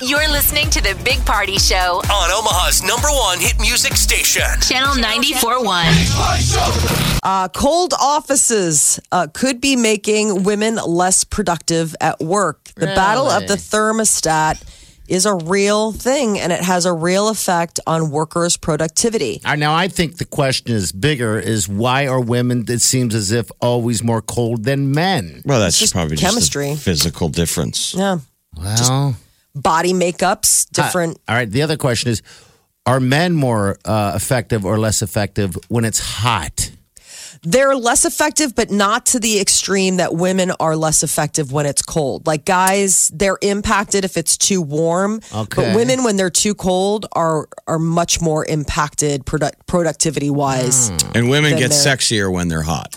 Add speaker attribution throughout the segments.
Speaker 1: You're listening to the Big Party Show,
Speaker 2: on Omaha's number one hit music station.
Speaker 1: Channel 94.1.
Speaker 3: Uh, cold offices uh, could be making women less productive at work. The battle of the thermostat is a real thing and it has a real effect on workers' productivity.
Speaker 4: I, now, I think the question is bigger: is why are women? It seems as if always more cold than men.
Speaker 5: Well, that's
Speaker 3: just
Speaker 5: probably
Speaker 3: chemistry.
Speaker 5: just a physical difference.
Speaker 3: Yeah.
Speaker 4: Well,
Speaker 3: Body makeups,
Speaker 4: Ah.
Speaker 3: different.
Speaker 4: uh, all right. The other question is: are men more uh, effective or less effective when it's hot?
Speaker 3: They're less effective, but not to the extreme that women are less effective when it's cold. Like guys, they're impacted if it's too warm.
Speaker 4: Okay.
Speaker 3: But women, when they're too cold, are are much more impacted product, productivity wise.
Speaker 5: And women
Speaker 3: Then
Speaker 5: get
Speaker 3: they're-
Speaker 5: sexier when they're hot.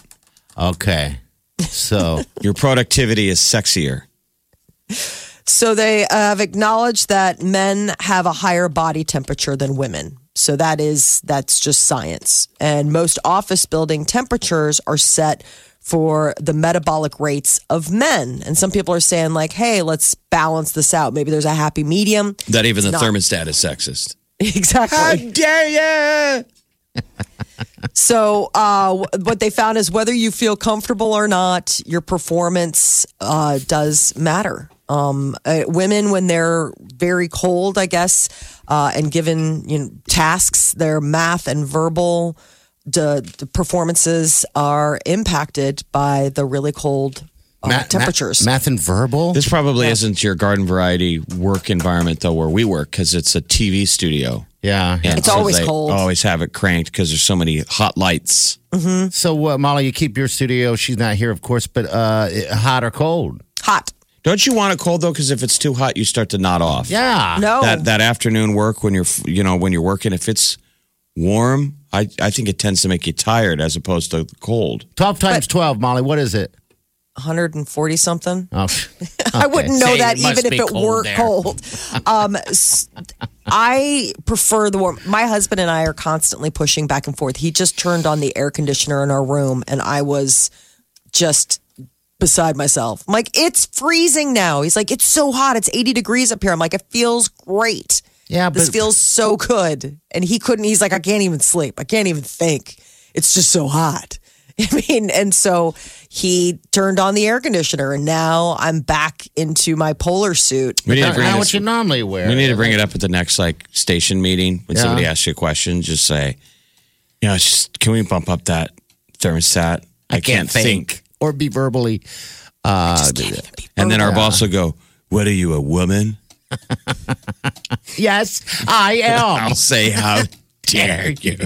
Speaker 4: Okay, so
Speaker 5: Your productivity is sexier.
Speaker 3: So they uh, have acknowledged that men have a higher body temperature than women. So that is that's just science. And most office building temperatures are set for the metabolic rates of men. And some people are saying like, "Hey, let's balance this out. Maybe there's a happy medium."
Speaker 5: That even the
Speaker 3: not-
Speaker 5: thermostat is sexist.
Speaker 3: Exactly.
Speaker 5: dare you?
Speaker 3: So, uh, what they found is whether you feel comfortable or not, your performance uh, does matter. Um, uh, women, when they're very cold, I guess, uh, and given you know, tasks, their math and verbal d- d- performances are impacted by the really cold uh,
Speaker 4: Ma- ma-
Speaker 3: temperatures.
Speaker 4: math and verbal.
Speaker 5: This probably isn't your garden variety work environment though, where we work, because it's a TV studio.
Speaker 4: yeah.
Speaker 5: And
Speaker 3: It's always
Speaker 5: they
Speaker 3: cold.
Speaker 5: Always have it cranked because there's so many hot lights.
Speaker 4: So uh, Molly, you keep your studio. She's not here, of course, but uh, hot or cold?
Speaker 3: Hot.
Speaker 5: Don't you want it cold though? Because if it's too hot, you start to nod off.
Speaker 4: Yeah.
Speaker 3: No.
Speaker 5: That that afternoon work when you're you know when you're working, if it's warm, I I think it tends to make you tired as opposed to cold.
Speaker 4: Twelve times twelve, Molly. What is it?
Speaker 3: 140 something.
Speaker 4: Oh,
Speaker 3: I wouldn't know
Speaker 4: So
Speaker 3: that
Speaker 4: it
Speaker 3: even
Speaker 4: must
Speaker 3: if
Speaker 4: be
Speaker 3: it
Speaker 4: cold
Speaker 3: were
Speaker 4: there.
Speaker 3: cold. Um, s- I prefer the warm. My husband and I are constantly pushing back and forth. He just turned on the air conditioner in our room, and I was just beside myself. I'm like, it's freezing now. He's like, it's so hot. It's 80 degrees up here. I'm like, it feels great.
Speaker 4: Yeah,
Speaker 3: this
Speaker 4: but-
Speaker 3: feels so good. And he couldn't. He's like, I can't even sleep. I can't even think. It's just so hot. I mean, and so he turned on the air conditioner, and now I'm back into my polar suit.
Speaker 5: We need to
Speaker 4: Not
Speaker 5: bring
Speaker 4: what
Speaker 5: this,
Speaker 4: you normally wear.
Speaker 5: we need to bring it up at the next like station meeting when
Speaker 4: Yeah.
Speaker 5: somebody asks you a question. Just say, you know, it's just, can we bump up that thermostat? I,
Speaker 4: or be verbally.
Speaker 5: And then our boss will go, "What are you, a woman?"
Speaker 4: Yes, I am.
Speaker 5: I'll say, "How dare you?"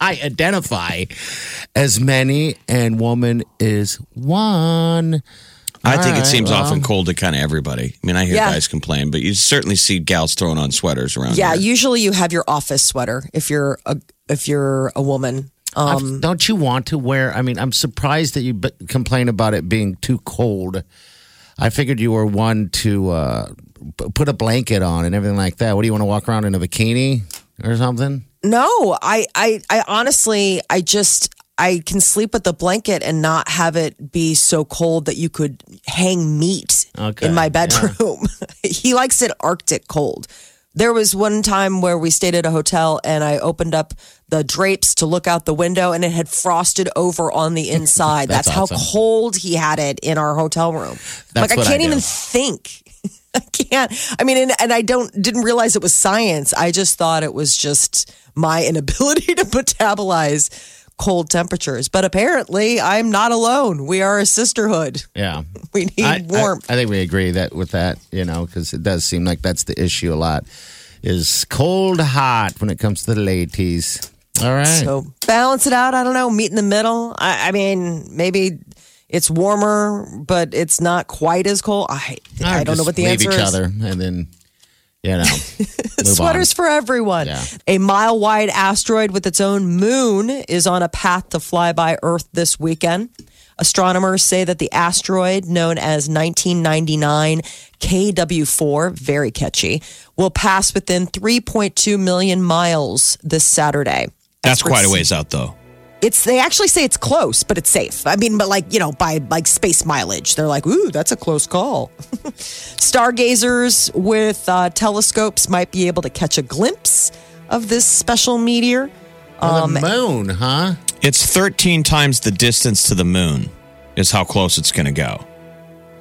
Speaker 4: I identify as many and woman is one.
Speaker 5: I think
Speaker 4: All
Speaker 5: it
Speaker 4: right,
Speaker 5: seems
Speaker 4: well.
Speaker 5: often cold to kind of everybody. I mean, I hear
Speaker 3: Yeah.
Speaker 5: guys complain, but you certainly see gals throwing on sweaters around.
Speaker 3: Yeah,
Speaker 5: here.
Speaker 3: usually you have your office sweater if you're a if you're a woman.
Speaker 4: I've-
Speaker 3: Um,
Speaker 4: Don't you want to wear? I mean, I'm surprised that you b- complain about it being too cold. I figured you were one to uh, p- put a blanket on and everything like that. What do you want to walk around in a bikini or something?
Speaker 3: no, I, I I honestly I just I can sleep with the blanket and not have it be so cold that you could hang meat
Speaker 4: Okay,
Speaker 3: in my bedroom. he likes it arctic cold. There was one time where we stayed at a hotel and I opened up the drapes to look out the window and it had frosted over on the inside. That's,
Speaker 4: That's
Speaker 3: how
Speaker 4: awesome.
Speaker 3: cold he had it in our hotel room.
Speaker 4: That's
Speaker 3: like I
Speaker 4: what I
Speaker 3: can't even
Speaker 4: do.
Speaker 3: think. I can't. I mean, and, and I don't didn't realize it was science. I just thought it was just my inability to metabolize cold temperatures. But apparently, I'm not alone. We are a sisterhood.
Speaker 4: Yeah.
Speaker 3: We need warmth.
Speaker 4: I, think we agree that with that, you know, because it does seem like that's the issue a lot is cold hot when it comes to the ladies. All right.
Speaker 3: so balance it out. I don't know. Meet in the middle. I, I mean, maybe it's warmer, but it's not quite as cold. I I
Speaker 4: Or
Speaker 3: don't know
Speaker 4: just
Speaker 3: what the
Speaker 4: leave
Speaker 3: answer
Speaker 4: each
Speaker 3: is.
Speaker 4: other and then You know, move on.
Speaker 3: Sweaters for everyone.
Speaker 4: Yeah.
Speaker 3: A mile wide asteroid with its own moon is on a path to fly by Earth this weekend. Astronomers say that the asteroid, known as 1999 KW4, very catchy, will pass within 3.2 million miles this Saturday.
Speaker 5: That's quite a ways out, though.
Speaker 3: It's they actually say it's close, but it's safe. I mean, but like you know, by like space mileage, they're like, ooh, that's a close call. Stargazers with uh, telescopes might be able to catch a glimpse of this special meteor.
Speaker 4: Well, the moon, huh?
Speaker 5: It's 13 times the distance to the moon, is how close it's going to go.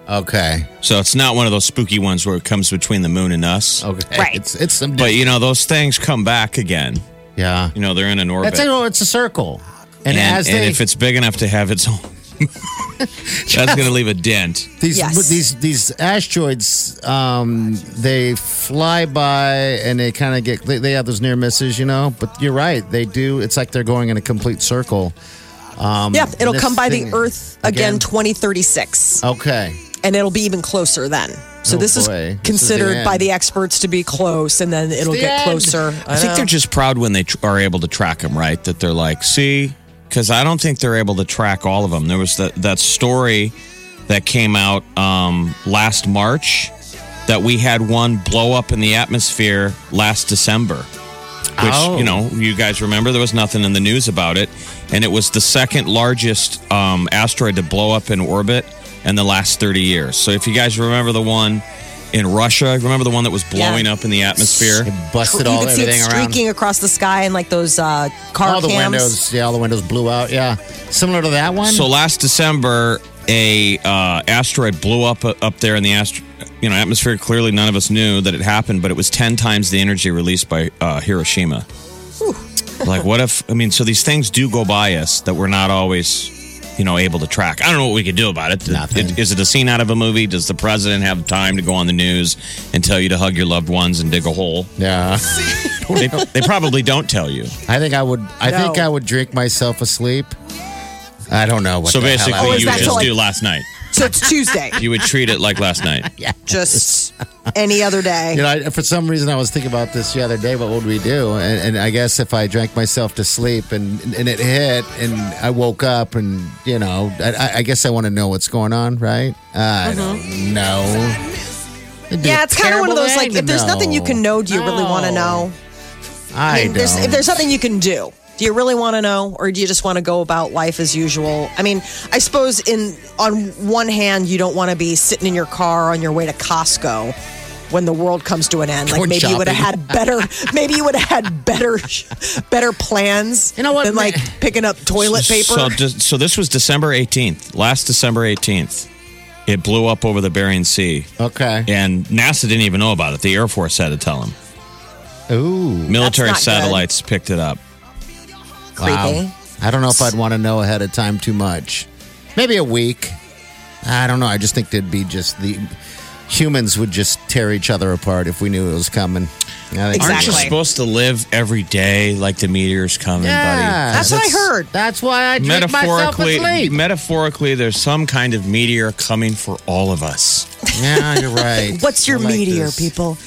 Speaker 4: Okay.
Speaker 5: So it's not one of those spooky ones where it comes between the moon and us.
Speaker 4: Okay.
Speaker 3: Right.
Speaker 4: It's it's some
Speaker 5: But, you know, those things come back again.
Speaker 4: yeah.
Speaker 5: You know, they're in an orbit.
Speaker 4: That's it. Oh, it's a circle. And,
Speaker 5: and,
Speaker 4: as
Speaker 5: and
Speaker 4: they,
Speaker 5: if it's big enough to have its own, that's going to leave a dent.
Speaker 4: these
Speaker 3: Yes.
Speaker 4: but these these asteroids, um, they fly by and they kind of get they, they have those near misses, you know. But you're right, they do. It's like they're going in a complete circle.
Speaker 3: yeah, it'll
Speaker 4: Um, this
Speaker 3: come by
Speaker 4: thing-
Speaker 3: the Earth again,
Speaker 4: again?
Speaker 3: 2036,
Speaker 4: Okay.
Speaker 3: and it'll be even closer then. So
Speaker 4: Oh,
Speaker 3: this is
Speaker 4: boy. This is the
Speaker 3: considered by
Speaker 4: end.
Speaker 3: the experts to be close, and then it'll
Speaker 4: the
Speaker 3: get
Speaker 4: end.
Speaker 3: closer.
Speaker 5: I think
Speaker 3: know.
Speaker 5: they're just proud when they tr- are able to track them, right? That they're like, see, because I don't think they're able to track all of them. There was that that story that came out um, last March that we had one blow up in the atmosphere last December, which
Speaker 4: Oh.
Speaker 5: you know you guys remember. There was nothing in the news about it, and it was the second largest um, asteroid to blow up in orbit in the last thirty years. So if you guys remember the one. In Russia, remember the one that was blowing up in the atmosphere?
Speaker 4: It busted
Speaker 3: you
Speaker 4: all
Speaker 3: could see it
Speaker 4: everything around.
Speaker 3: streaking across the sky and like those uh, car
Speaker 4: all the
Speaker 3: cams.
Speaker 4: windows, yeah, all the windows blew out. Yeah, similar to that one.
Speaker 5: So last December, a uh, asteroid blew up uh, up there in the ast- you know atmosphere. Clearly, none of us knew that it happened, but it was ten times the energy released by uh, Hiroshima. like, what if? I mean, so these things do go by us that we're not always, you know, able to track. I don't know what we could do about it.
Speaker 4: Nothing.
Speaker 5: It- Is it a scene out of a movie? Does the president have time to go on the news and tell you to hug your loved ones and dig a hole?
Speaker 4: yeah,
Speaker 5: they, they probably don't tell you.
Speaker 4: I think I would. I
Speaker 3: No.
Speaker 4: think I would drink myself asleep. I don't know what.
Speaker 5: so
Speaker 4: the hell I
Speaker 5: basically,
Speaker 4: would
Speaker 3: is
Speaker 5: you
Speaker 4: do.
Speaker 5: would
Speaker 3: that
Speaker 5: just
Speaker 3: so, like-
Speaker 5: do last night.
Speaker 3: So it's Tuesday,
Speaker 5: You would treat it like last night.
Speaker 3: just any other day.
Speaker 4: You know, I, for some reason, I was thinking about this the other day. What would we do? And, and I guess if I drank myself to sleep and and it hit, and I woke up, and you know, I- I, I guess I want to know what's going on, right? I don't know. It'd
Speaker 3: Uh-huh.
Speaker 4: be
Speaker 3: Yeah,
Speaker 4: a
Speaker 3: it's kind of one of
Speaker 4: terrible
Speaker 3: those like
Speaker 4: thing
Speaker 3: if
Speaker 4: to
Speaker 3: there's nothing you can know, do you really want to know?
Speaker 4: I,
Speaker 3: mean, there's, if
Speaker 4: don't.
Speaker 3: there's nothing you can do, do you really want to know, or do you just want to go about life as usual? I mean, I suppose in on one hand, you don't want to be sitting in your car on your way to Costco when the world comes to an end. Like
Speaker 4: Going
Speaker 3: maybe you would have
Speaker 4: shopping.
Speaker 3: had better, maybe you would have had better, better plans.
Speaker 4: You know what,
Speaker 3: Than
Speaker 4: ma-
Speaker 3: like picking up toilet paper.
Speaker 5: So, just, so this was December 18th, last December 18th. It blew up over the Bering Sea,
Speaker 4: okay.
Speaker 5: and NASA didn't even know about it. The Air Force had to tell them.
Speaker 4: Ooh.
Speaker 5: Military
Speaker 3: not good.
Speaker 5: satellites picked it up.
Speaker 3: Creepy.
Speaker 4: I don't know if I'd want to know ahead of time too much. Maybe a week. I don't know. I just think there'd be just the humans would just tear each other apart if we knew it was coming. I think-
Speaker 5: Aren't you
Speaker 3: Exactly.
Speaker 5: supposed to live every day like the meteor's coming,
Speaker 4: Yeah,
Speaker 5: buddy?
Speaker 3: That's what I heard.
Speaker 4: That's why I drink myself
Speaker 5: Metaphorically,
Speaker 4: asleep.
Speaker 5: metaphorically, there's some kind of meteor coming for all of us.
Speaker 4: yeah, you're right.
Speaker 3: What's your
Speaker 4: I like
Speaker 3: meteor,
Speaker 4: this.
Speaker 3: people?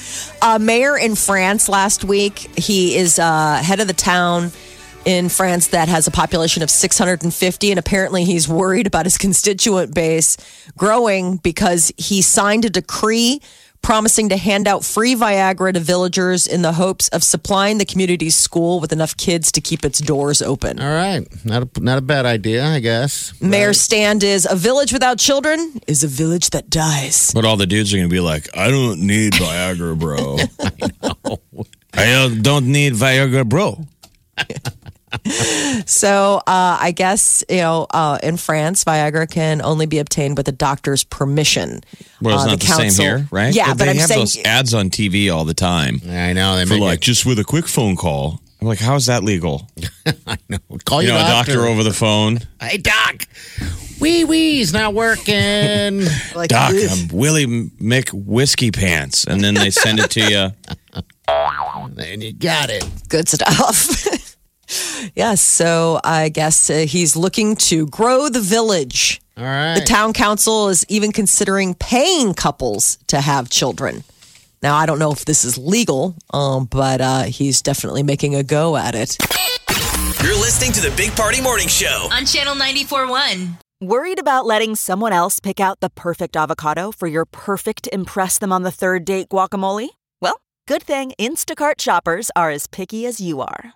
Speaker 3: A mayor in France last week. He is uh, head of the town in France that has a population of 650, and apparently he's worried about his constituent base growing because he signed a decree promising to hand out free Viagra to villagers in the hopes of supplying the community's school with enough kids to keep its doors open.
Speaker 4: All right, not a, not a bad idea, I guess.
Speaker 3: Mayor's stand is a village without children is a village that dies.
Speaker 5: But all the dudes are going to be like, I don't need Viagra, bro. I, don't- don't need Viagra, bro.
Speaker 3: So uh, I guess you know uh, in France, Viagra can only be obtained with a doctor's permission.
Speaker 5: Well, it's
Speaker 3: Uh,
Speaker 5: not the, same
Speaker 3: council-
Speaker 5: here, right?
Speaker 3: Yeah, but
Speaker 5: they
Speaker 3: I'm
Speaker 5: have
Speaker 3: saying
Speaker 5: those ads on TV all the time
Speaker 4: I know they
Speaker 5: for
Speaker 4: make
Speaker 5: like
Speaker 4: like,
Speaker 5: just with a quick phone call. I'm like, how is that legal?
Speaker 4: call
Speaker 5: You
Speaker 4: your
Speaker 5: know, a
Speaker 4: doctor.
Speaker 5: doctor over the phone.
Speaker 4: Hey doc, wee wee's not working.
Speaker 3: like,
Speaker 5: Doc,
Speaker 3: ugh.
Speaker 5: I'm Willie Mick Whiskey Pants, and then they send it to you.
Speaker 4: and you got it.
Speaker 3: good stuff. yes, so I guess uh, he's looking to grow the village.
Speaker 4: All right.
Speaker 3: The town council is even considering paying couples to have children. Now, I don't know if this is legal, um, but uh, he's definitely making a go at it.
Speaker 2: You're listening to the Big Party Morning Show.
Speaker 1: On Channel 94.1.
Speaker 6: Worried about letting someone else pick out the perfect avocado for your perfect Impress Them on the Third Date guacamole? Well, good thing Instacart shoppers are as picky as you are.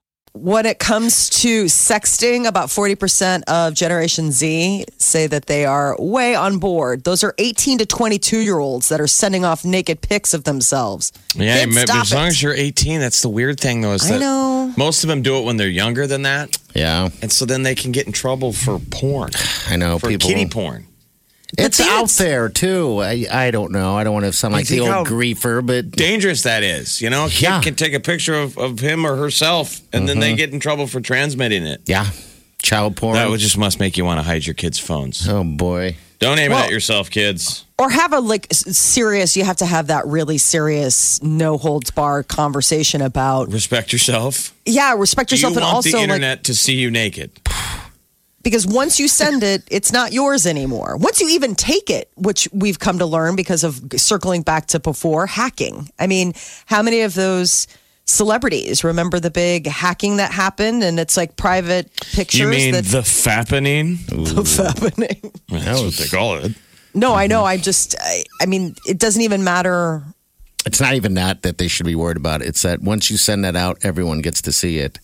Speaker 3: When it comes to sexting, about 40% of Generation Z say that they are way on board. Those are 18 to 22 year olds that are sending off naked pics of themselves.
Speaker 5: Yeah,
Speaker 3: Kids,
Speaker 5: ma-
Speaker 3: stop
Speaker 5: as long
Speaker 3: it.
Speaker 5: as you're 18, that's the weird thing though. Is
Speaker 3: I
Speaker 5: that
Speaker 3: know.
Speaker 5: most of them do it when they're younger than that,
Speaker 4: Yeah,
Speaker 5: and so then they can get in trouble for porn,
Speaker 4: I know
Speaker 5: for
Speaker 4: people.
Speaker 5: kitty porn.
Speaker 4: It's out there too. I, I don't know. I don't want to sound like the
Speaker 5: think
Speaker 4: old
Speaker 5: how-
Speaker 4: griefer, but
Speaker 5: Dangerous that is. You know, a kid
Speaker 4: Yeah.
Speaker 5: can take a picture of, of him or herself, and then
Speaker 3: Mm-hmm.
Speaker 5: they get in trouble for transmitting it.
Speaker 4: yeah, child porn.
Speaker 5: That would just must make you want to hide your kids' phones.
Speaker 4: oh boy.
Speaker 5: Don't aim it
Speaker 3: Well-
Speaker 5: at yourself, kids.
Speaker 3: Or have a like s- serious, you have to have that really serious, no holds barred conversation about,
Speaker 5: Respect yourself.
Speaker 3: yeah, respect
Speaker 5: Do you
Speaker 3: yourself
Speaker 5: want
Speaker 3: and also
Speaker 5: the
Speaker 3: like.
Speaker 5: internet to see you naked?
Speaker 3: because once you send it, it's not yours anymore. Once you even take it, which we've come to learn because of circling back to before hacking. I mean, how many of those celebrities remember the big hacking that happened? And it's like private pictures
Speaker 5: You mean
Speaker 3: that
Speaker 5: the fappening?
Speaker 3: that's happening.
Speaker 5: That's what they call it.
Speaker 3: No, I know. I just, I, I mean, it doesn't even matter.
Speaker 4: It's not even that that they should be worried about. It's that once you send that out, everyone gets to see it.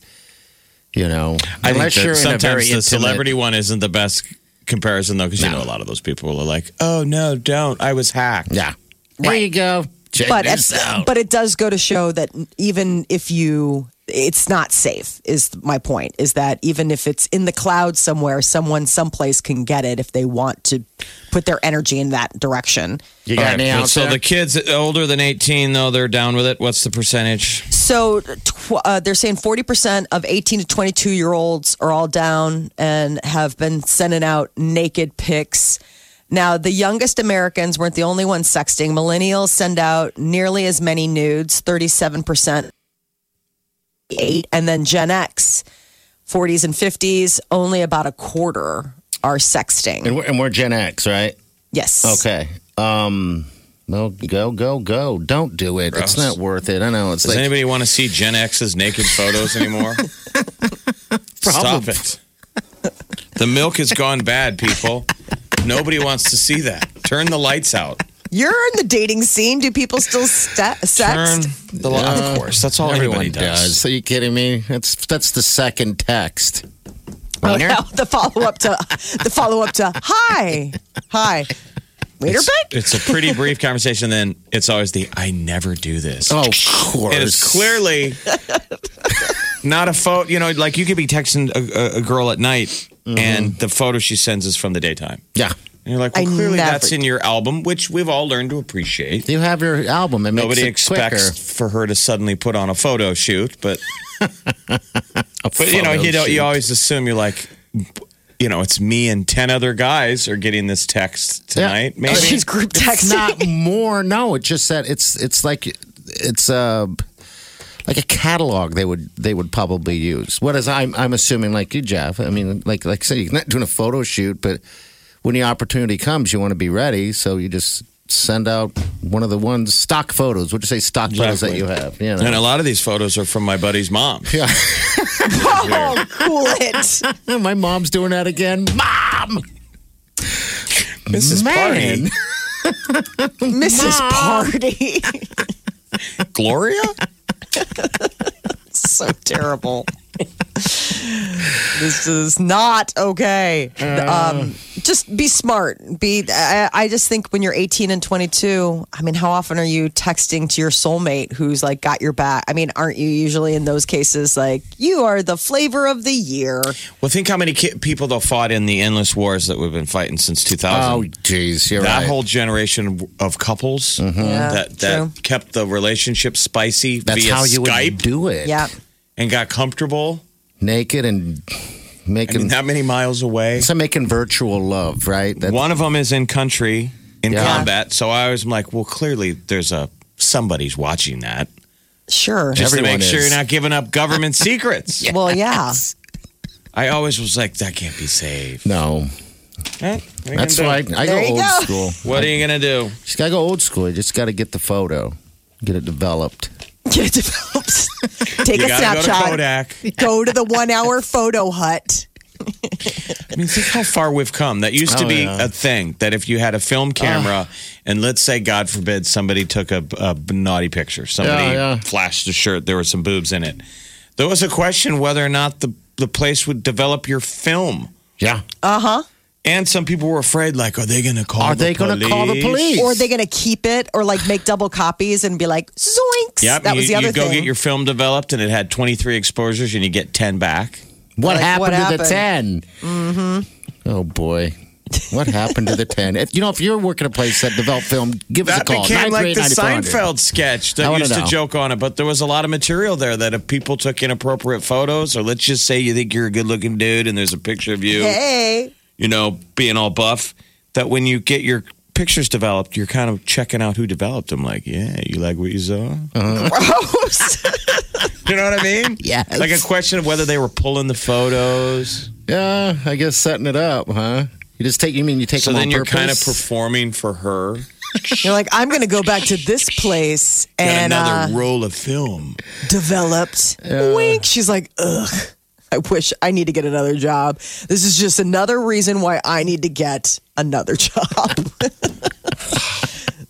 Speaker 4: You know,
Speaker 5: I think
Speaker 4: unless
Speaker 5: that
Speaker 4: you're in a
Speaker 5: sometimes
Speaker 4: very
Speaker 5: the
Speaker 4: intimate-
Speaker 5: celebrity one isn't the best comparison though, because you know a lot of those people are like, "Oh no, don't! I was hacked."
Speaker 4: Yeah, there you go. Check
Speaker 3: But,
Speaker 4: this
Speaker 3: at-
Speaker 4: out.
Speaker 3: but it does go to show that even if you, it's not safe is my point is that even if it's in the cloud somewhere someone someplace can get it if they want to put their energy in that direction
Speaker 4: you
Speaker 5: All
Speaker 4: got
Speaker 5: right,
Speaker 4: any out
Speaker 5: but so
Speaker 4: there?
Speaker 5: the kids older than eighteen though they're down with it. What's the percentage?
Speaker 3: So tw- uh, they're saying 40% of 18 to 22 year olds are all down and have been sending out naked pics. Now, the youngest Americans weren't the only ones sexting. Millennials send out nearly as many nudes, 37%. Eight, and then Gen X, 40s and 50s, only about a quarter are sexting.
Speaker 4: and, we're, and we're Gen X, right?
Speaker 3: Yes.
Speaker 4: Okay. Um. Well, go, go, go! Don't do it. It's not worth it. I know. It's
Speaker 5: Does
Speaker 4: like
Speaker 5: anybody want to see Gen X's naked photos anymore? Stop
Speaker 4: Probably.
Speaker 5: it. The milk has gone bad, people. Nobody wants to see that. Turn the lights out.
Speaker 3: You're in the dating scene. Do people still sta sext?
Speaker 5: Turn the light. Of course, that's all
Speaker 4: everyone
Speaker 5: anybody does.
Speaker 4: does. Are you kidding me? That's that's the second text. Wiener?
Speaker 3: Oh, the follow up to the follow up to hi, hi, waiter
Speaker 5: It's,
Speaker 3: back.
Speaker 5: it's a pretty brief conversation. Then it's always the "I never do this."
Speaker 4: Oh, of course.
Speaker 5: And it's clearly not a photo. You know, like you could be texting a, a, a girl at night, and the photo she sends is from the daytime.
Speaker 4: Yeah.
Speaker 5: And you're like, well,
Speaker 3: I
Speaker 5: clearly
Speaker 3: never-
Speaker 5: that's in your album, which we've all learned to appreciate.
Speaker 4: You have your album. It
Speaker 5: Nobody
Speaker 4: makes it
Speaker 5: expects
Speaker 4: quicker.
Speaker 5: for her to suddenly put on a photo shoot, but
Speaker 4: A
Speaker 5: but you know,
Speaker 4: photo
Speaker 5: you don't,
Speaker 4: shoot.
Speaker 5: you always assume you're like. You know, it's me and ten other guys are getting this text
Speaker 4: Yeah. Oh,
Speaker 5: tonight.
Speaker 4: I
Speaker 5: Maybe
Speaker 3: She's group
Speaker 4: It's
Speaker 3: texting.
Speaker 4: not more. No, it's just that it's it's like it's uh like a catalog they would they would probably use. What is I'm I'm assuming like you, Jeff. I mean, like like I said, you're not doing a photo shoot, but when the opportunity comes, you want to be ready. So you just send out one of the ones stock photos. Would you say stock photos that
Speaker 5: Exactly.
Speaker 4: you have? You know.
Speaker 5: and a lot of these photos are from my buddy's mom. Yeah.
Speaker 3: oh, cool it.
Speaker 4: My mom's doing that again. Mom,
Speaker 5: Mrs. Party.
Speaker 4: man,
Speaker 3: Mrs. Party.
Speaker 5: Gloria?
Speaker 3: so terrible. this is not okay.
Speaker 5: Uh.
Speaker 3: um, just be smart. Be. I, I just think when you're 18 and 22, I mean, how often are you texting to your soulmate who's like got your back? I mean, aren't you usually in those cases like you are the flavor of the year?
Speaker 5: Well, think how many ki- people though fought in the endless wars that we've been fighting since 2000.
Speaker 4: Oh, jeez, you're
Speaker 5: that
Speaker 4: right. Mm-hmm.
Speaker 5: whole generation of couples
Speaker 3: Yeah,
Speaker 5: that that
Speaker 3: true.
Speaker 5: kept the relationship spicy
Speaker 4: That's
Speaker 5: via
Speaker 4: how you
Speaker 5: Skype.
Speaker 4: would do it.
Speaker 3: Yeah.
Speaker 5: and got comfortable.
Speaker 4: naked and
Speaker 5: I
Speaker 4: making
Speaker 5: mean, that many miles away.
Speaker 4: so making virtual love, right? That-
Speaker 5: One of them is in country in
Speaker 4: Yeah.
Speaker 5: combat. So I was like, well, clearly there's a somebody's watching that
Speaker 3: Sure.
Speaker 5: just to
Speaker 4: Everyone
Speaker 5: make sure
Speaker 4: is.
Speaker 5: you're not giving up government secrets.
Speaker 3: Well, yeah.
Speaker 5: I always was like, that can't be safe.
Speaker 4: no,
Speaker 5: Eh, what are you
Speaker 4: that's
Speaker 5: gonna
Speaker 4: why I,
Speaker 5: do?
Speaker 4: I go
Speaker 3: There you
Speaker 4: old
Speaker 3: go.
Speaker 4: school.
Speaker 5: What are you gonna do?
Speaker 4: Just gotta go old school. You just gotta get the photo, get it developed.
Speaker 3: Get it developed. Take
Speaker 5: You
Speaker 3: a
Speaker 5: gotta go to
Speaker 3: snapshot.
Speaker 5: Kodak.
Speaker 3: go to the one hour photo hut.
Speaker 5: I mean, think how far we've come. That used to
Speaker 4: Oh,
Speaker 5: be
Speaker 4: yeah.
Speaker 5: a thing. That if you had a film camera, and let's say, God forbid, somebody took a, a naughty picture, somebody
Speaker 4: Yeah, yeah.
Speaker 5: flashed a shirt, there were some boobs in it. There was a question whether or not the the place would develop your film,
Speaker 4: Yeah.
Speaker 3: Oh,
Speaker 5: and some people were afraid, like, are they going to call?
Speaker 4: Are
Speaker 5: the
Speaker 4: they gonna call the police?
Speaker 3: Or are they going to keep it or like make double copies and be like, zoinks?
Speaker 5: Yep,
Speaker 3: that was
Speaker 5: you,
Speaker 3: the other
Speaker 5: you go
Speaker 3: thing.
Speaker 5: get your film developed, and it had twenty three exposures, and you get ten back.
Speaker 4: What
Speaker 3: Like,
Speaker 4: happened
Speaker 3: what
Speaker 4: to the
Speaker 3: happened?
Speaker 4: 10? Mm-hmm. Oh, boy. What happened to the 10? If, you know, if you're working a place that develop film, give us a
Speaker 5: That
Speaker 4: call.
Speaker 5: became like the
Speaker 4: 938-9400.
Speaker 5: Seinfeld sketch
Speaker 4: I
Speaker 5: that
Speaker 4: wanna
Speaker 5: used to
Speaker 4: know.
Speaker 5: joke on it, but there was a lot of material there that if people took inappropriate photos, or let's just say you think you're a good looking dude and there's a picture of you,
Speaker 3: hey.
Speaker 5: you know, being all buff, that when you get your pictures developed, you're kind of checking out who developed them. Like, yeah, you like what you saw?
Speaker 4: Uh-huh.
Speaker 3: Gross.
Speaker 5: You know what I mean?
Speaker 4: Yes.
Speaker 5: Like a question of whether they were pulling the photos.
Speaker 4: Yeah, I guess setting it up, huh? You just take, you mean you take
Speaker 5: So
Speaker 4: them on
Speaker 5: then you're kind of
Speaker 4: purpose?
Speaker 5: performing for her.
Speaker 3: You're like, I'm going to go back to this place
Speaker 5: Got
Speaker 3: and
Speaker 5: another
Speaker 3: uh,
Speaker 5: roll of film.
Speaker 3: developed. Wink. She's like, ugh. I wish I need to get another job. This is just another reason why I need to get another job.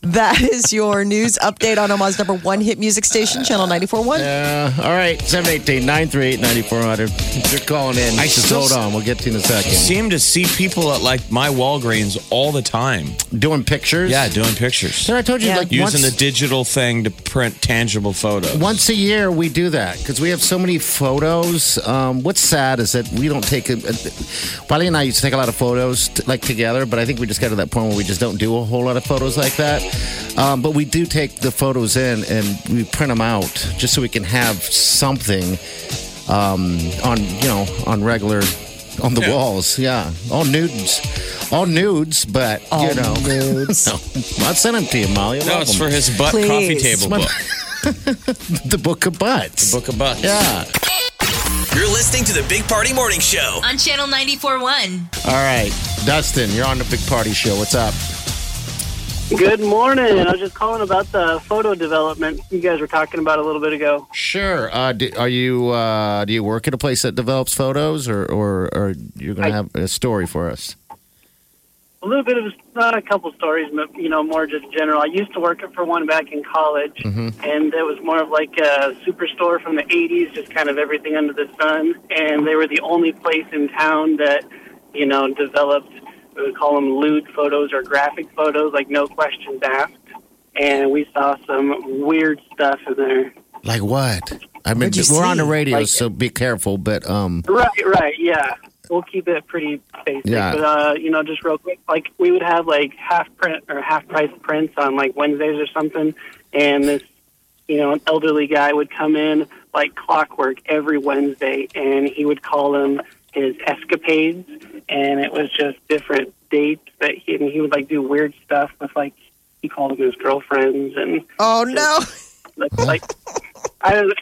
Speaker 3: that is your news update on Omaha's number one hit music station, Channel 94.1.
Speaker 4: Yeah. All right, 718-938-9400. You're calling in.
Speaker 5: I
Speaker 4: Just
Speaker 5: still-
Speaker 4: hold on. We'll get to you in a second.
Speaker 5: Seem to see people at like my Walgreens all the time.
Speaker 4: Doing pictures?
Speaker 5: Yeah, doing pictures.
Speaker 4: Sir, I told you,
Speaker 3: Yeah.
Speaker 4: like, once,
Speaker 5: Using the digital thing to print tangible photos.
Speaker 4: once a year we do that because we have so many photos. Um, what's sad is that we don't take. A, a, Wiley and I used to take a lot of photos t- like together, but I think we just got to that point where we just don't do a whole lot of photos like that. Um, but we do take the photos in and we print them out just so we can have something um, on you know on regular on the walls. Yeah, all nudes, all nudes, but you know.
Speaker 3: nudes.
Speaker 4: No, I'll send them to you, Molly.
Speaker 5: No, it's for his butt
Speaker 3: Please.
Speaker 5: coffee table
Speaker 4: My-
Speaker 5: book.
Speaker 4: the book of butts.
Speaker 5: book of butts.
Speaker 4: yeah.
Speaker 2: You're listening to the Big Party Morning Show.
Speaker 1: on Channel 94.1.
Speaker 4: All right, Dustin, you're on the Big Party Show. What's up?
Speaker 7: Good morning. I was just calling about the photo development you guys were talking about a little bit ago.
Speaker 4: Sure. Uh, do, are you uh, do you work at a place that develops photos, or or, or you're gonna have a story for us?
Speaker 7: A little bit of not a couple stories, but you know, more just general. I used to work for one back in college, and it was more of like a superstore from the '80s, just kind of everything under the sun. And they were the only place in town that you know developed. We would call them lewd photos or graphic photos, like no questions asked. And we saw some weird stuff in there.
Speaker 4: Like what? I mean,
Speaker 3: What'd you
Speaker 4: we're on the
Speaker 3: see?
Speaker 4: radio,
Speaker 7: Like-
Speaker 4: so be careful. But um,
Speaker 7: Right, right, yeah. We'll keep it pretty basic.
Speaker 4: Yeah.
Speaker 7: But, uh, you know, just real quick, like, we would have, like, half print or half price prints on, like, Wednesdays or something. And this, you know, an elderly guy would come in like clockwork every Wednesday, and he would call them his escapades. And it was just different dates that he, and he would, like, do weird stuff with, like, he called them his girlfriends and
Speaker 3: Oh, no.
Speaker 7: like, like I don't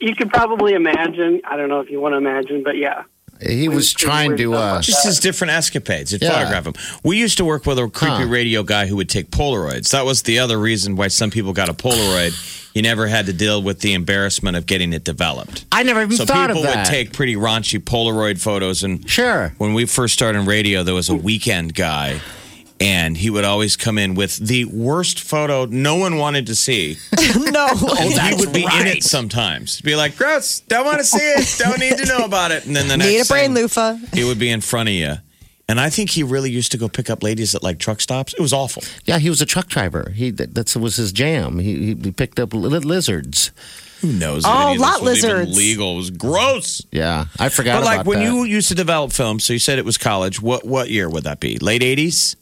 Speaker 7: you could probably imagine. I don't know if you want to imagine, but yeah.
Speaker 4: he was trying to. Uh,
Speaker 5: Just his different escapades. You'd
Speaker 4: Yeah.
Speaker 5: photograph him. We used to work with a creepy
Speaker 4: Huh.
Speaker 5: radio guy who would take Polaroids. That was the other reason why some people got a Polaroid. You never had to deal with the embarrassment of getting it developed.
Speaker 4: I never even
Speaker 5: So
Speaker 4: thought
Speaker 5: people
Speaker 4: of that.
Speaker 5: would take pretty raunchy Polaroid photos and
Speaker 4: sure.
Speaker 5: when we first started in radio, there was a weekend guy, and he would always come in with the worst photo no one wanted to see.
Speaker 3: No.
Speaker 5: he would be in it sometimes. Be like, gross, don't want to see it, don't need to know about it. And then the next
Speaker 3: Need a brain
Speaker 5: thing,
Speaker 3: loofah.
Speaker 5: He would be in front of you. And I think he really used to go pick up ladies at like truck stops. It was awful.
Speaker 4: Yeah, he was a truck driver. He that that's, was his jam. He, he picked up li- lizards.
Speaker 5: Who knows?
Speaker 3: Oh,
Speaker 5: if any of this
Speaker 3: lot
Speaker 5: was even
Speaker 3: lizards.
Speaker 5: legal. It was gross.
Speaker 4: Yeah, I forgot.
Speaker 5: But like
Speaker 4: about
Speaker 5: when
Speaker 4: that.
Speaker 5: you used to develop films, so you said it was college. What what year would that be? Late eighties?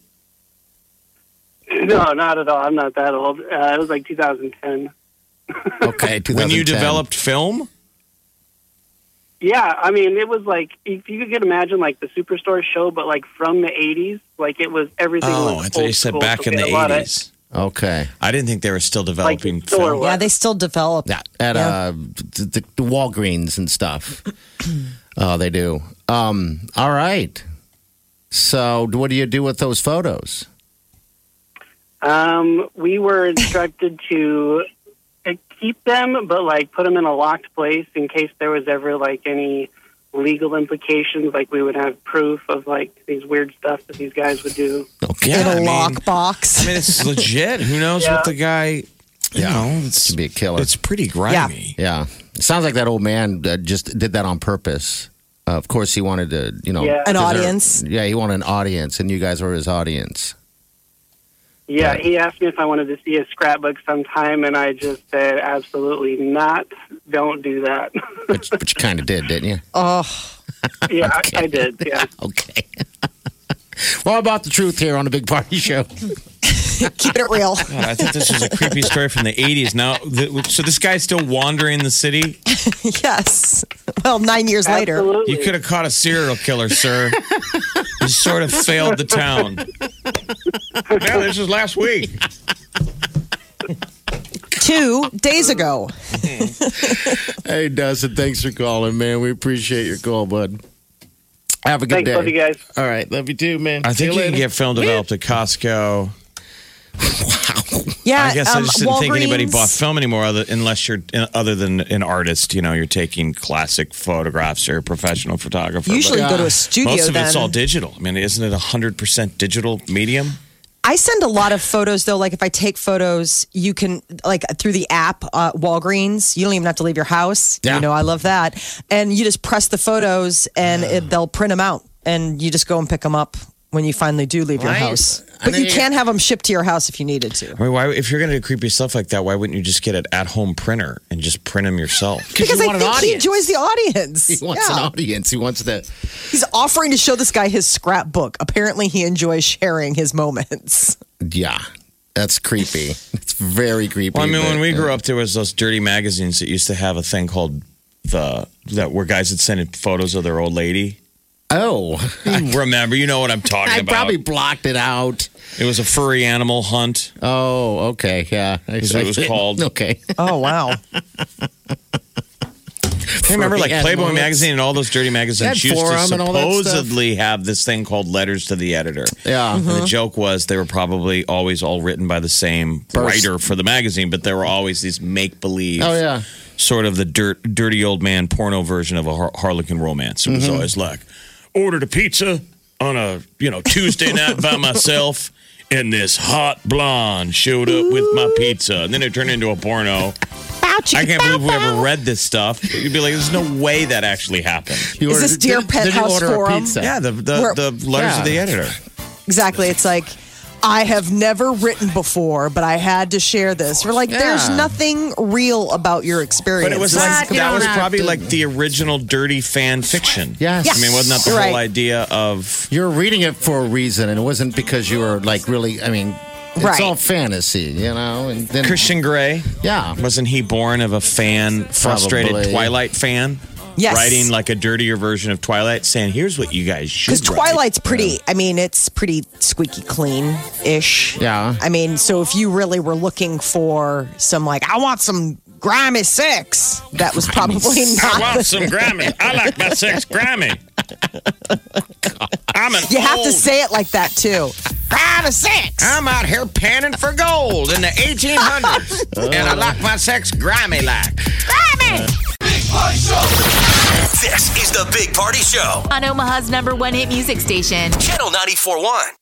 Speaker 7: No, not at all. I'm not that old. Uh, it was like 2010.
Speaker 4: okay
Speaker 5: When
Speaker 4: 2010.
Speaker 5: you developed film?
Speaker 7: Yeah, I mean, it was like if you could imagine like the Superstore show, but like from the '80s, like it was everything.
Speaker 5: Oh,
Speaker 7: was
Speaker 5: I thought you
Speaker 7: old
Speaker 5: said
Speaker 7: school,
Speaker 5: back
Speaker 7: so
Speaker 5: in
Speaker 7: we
Speaker 5: the
Speaker 7: had a lot of-
Speaker 5: eighties.
Speaker 4: Okay.
Speaker 5: I didn't think they were still developing
Speaker 7: Like, store
Speaker 5: film.
Speaker 7: was-
Speaker 3: Yeah, they still develop.
Speaker 4: Yeah, at
Speaker 3: Yeah.
Speaker 4: uh the, the Walgreens and stuff. oh, they do. Um, all right. So, what do you do with those photos?
Speaker 7: Um, we were instructed to uh, keep them, but like put them in a locked place in case there was ever like any legal implications. Like we would have proof of like these weird stuff that these guys would do.
Speaker 5: Okay.
Speaker 3: in a
Speaker 5: I mean,
Speaker 3: lockbox.
Speaker 5: I mean, it's legit. Who knows
Speaker 7: Yeah.
Speaker 5: what the guy? You know, it's
Speaker 4: To be a killer.
Speaker 5: it's pretty grimy.
Speaker 4: yeah. It sounds like that old man uh, just did that on purpose. Uh, of course, he wanted to, you
Speaker 5: Oh.
Speaker 4: know,
Speaker 7: Yeah.
Speaker 3: An
Speaker 4: deserve-
Speaker 3: audience.
Speaker 4: Yeah, he wanted an audience, and you guys were his audience.
Speaker 7: Yeah, he asked me if I wanted to see a scrapbook sometime, and I just said absolutely not. Don't do that.
Speaker 4: But, but you kind of did, didn't you?
Speaker 3: Oh,
Speaker 7: yeah, I, I did. Yeah.
Speaker 4: Okay. well, about the truth here on the Big Party Show.
Speaker 3: keep it real.
Speaker 5: God, I thought this was a creepy story from the eighties. Now, th so this guy's still wandering the city.
Speaker 3: yes. Well, nine years later.
Speaker 7: Absolutely.
Speaker 5: You could have caught a serial killer, sir. you sort of failed the town. Yeah, this is last week.
Speaker 3: Two days ago.
Speaker 4: Hey, Dustin, thanks for calling, man. We appreciate your call, bud. Have a good
Speaker 7: Thanks,
Speaker 4: day.
Speaker 7: love you guys.
Speaker 4: All right, love you too, man.
Speaker 5: I
Speaker 4: See
Speaker 5: think you can
Speaker 4: later.
Speaker 5: get film developed at Costco.
Speaker 3: Yeah.
Speaker 5: I guess I
Speaker 3: um,
Speaker 5: just didn't think anybody
Speaker 3: Walgreens-
Speaker 5: bought film anymore, other, unless you're other than an artist. You know, you're taking classic photographs or a professional photographer.
Speaker 3: Usually
Speaker 5: But
Speaker 3: go to a studio.
Speaker 5: most of
Speaker 3: then.
Speaker 5: it's all digital. I mean, isn't it hundred percent digital medium?
Speaker 3: I send a lot of photos though. Like if I take photos, you can like through the app, uh, Walgreens. You don't even have to leave your house.
Speaker 4: Yeah.
Speaker 3: You know, I love that. And you just press the photos, and it, they'll print them out, and you just go and pick them up when you finally do leave your
Speaker 4: Right.
Speaker 3: house.
Speaker 4: I
Speaker 3: But
Speaker 4: know
Speaker 3: you
Speaker 4: you-
Speaker 3: can have them shipped to your house if you needed to.
Speaker 5: I mean, why if you're going to do creepy stuff like that, why wouldn't you just get an at-home printer and just print them yourself?
Speaker 4: you
Speaker 3: Because I
Speaker 4: want
Speaker 3: think
Speaker 4: an
Speaker 3: he
Speaker 4: audience.
Speaker 3: enjoys the audience.
Speaker 4: He wants
Speaker 3: Yeah.
Speaker 4: an audience. He wants the.
Speaker 3: He's offering to show this guy his scrapbook. Apparently, he enjoys sharing his moments.
Speaker 4: Yeah, that's creepy. It's very creepy.
Speaker 5: Well, I mean, when we grew up, there was those dirty magazines that used to have a thing called the that where guys would send in photos of their old lady.
Speaker 4: oh,
Speaker 5: You remember, you know what I'm talking
Speaker 4: I
Speaker 5: about.
Speaker 4: probably blocked it out.
Speaker 5: It was a furry animal hunt.
Speaker 4: Oh, okay, yeah.
Speaker 5: Is what it was called.
Speaker 4: Okay,
Speaker 3: Oh wow!
Speaker 5: I remember like
Speaker 4: Yeah,
Speaker 5: Playboy
Speaker 4: moments.
Speaker 5: magazine and all those dirty magazines
Speaker 4: That
Speaker 5: used to
Speaker 4: forum and all that stuff.
Speaker 5: supposedly have this thing called letters to the editor.
Speaker 4: Yeah. Mm-hmm.
Speaker 5: And the joke was they were probably always all written by the same
Speaker 4: Burst.
Speaker 5: writer for the magazine, but there were always these make believe
Speaker 4: Oh yeah.
Speaker 5: sort of the dirt, dirty old man porno version of a har- harlequin romance. It was always like ordered a pizza on a you know Tuesday night by myself, and this hot blonde showed up with my pizza, and then it turned into a porno. I can't believe we ever read this stuff. You'd be like, "There's no way that actually happened."
Speaker 4: You
Speaker 3: Is this
Speaker 4: ordered-
Speaker 3: Dear
Speaker 4: did- did you
Speaker 3: Penthouse
Speaker 4: order a
Speaker 3: Forum?
Speaker 4: pizza?
Speaker 5: Yeah, the the,
Speaker 3: We're-
Speaker 5: the letters
Speaker 4: Yeah.
Speaker 5: of the editor.
Speaker 3: Exactly. It's like, I have never written before, but I had to share this. We're like, there's
Speaker 4: Yeah.
Speaker 3: nothing real about your experience.
Speaker 5: But it was
Speaker 4: That
Speaker 5: like
Speaker 4: you
Speaker 5: that
Speaker 4: don't
Speaker 5: was
Speaker 4: have
Speaker 5: probably
Speaker 4: to-
Speaker 5: like the original dirty fan fiction.
Speaker 4: Yes.
Speaker 5: I mean, wasn't that the
Speaker 3: Right.
Speaker 5: whole idea of
Speaker 4: You're reading it for a reason, and it wasn't because you were like really. I mean, it's
Speaker 3: Right.
Speaker 4: all fantasy, you know. And then
Speaker 5: Christian Grey?
Speaker 4: yeah,
Speaker 5: Wasn't he born of a fan, frustrated
Speaker 4: Probably.
Speaker 5: Twilight fan?
Speaker 3: Yes.
Speaker 5: Writing like a dirtier version of Twilight, saying, here's what you guys should
Speaker 3: because
Speaker 5: write."
Speaker 3: Twilight's pretty. I mean, it's pretty squeaky clean ish.
Speaker 4: Yeah.
Speaker 3: I mean, so if you really were looking for some, like, I want some grimy sex, that was probably
Speaker 5: I
Speaker 3: not.
Speaker 5: want some Grammy. I like my sex Grammy. I'm an
Speaker 3: You have to
Speaker 5: old-
Speaker 3: say it like that too. Grimy sex.
Speaker 5: I'm out here panning for gold in the 1800s, and I like my sex grimy like.
Speaker 2: This is the Big Party Show,
Speaker 1: On Omaha's number one hit music station.
Speaker 2: Channel 941.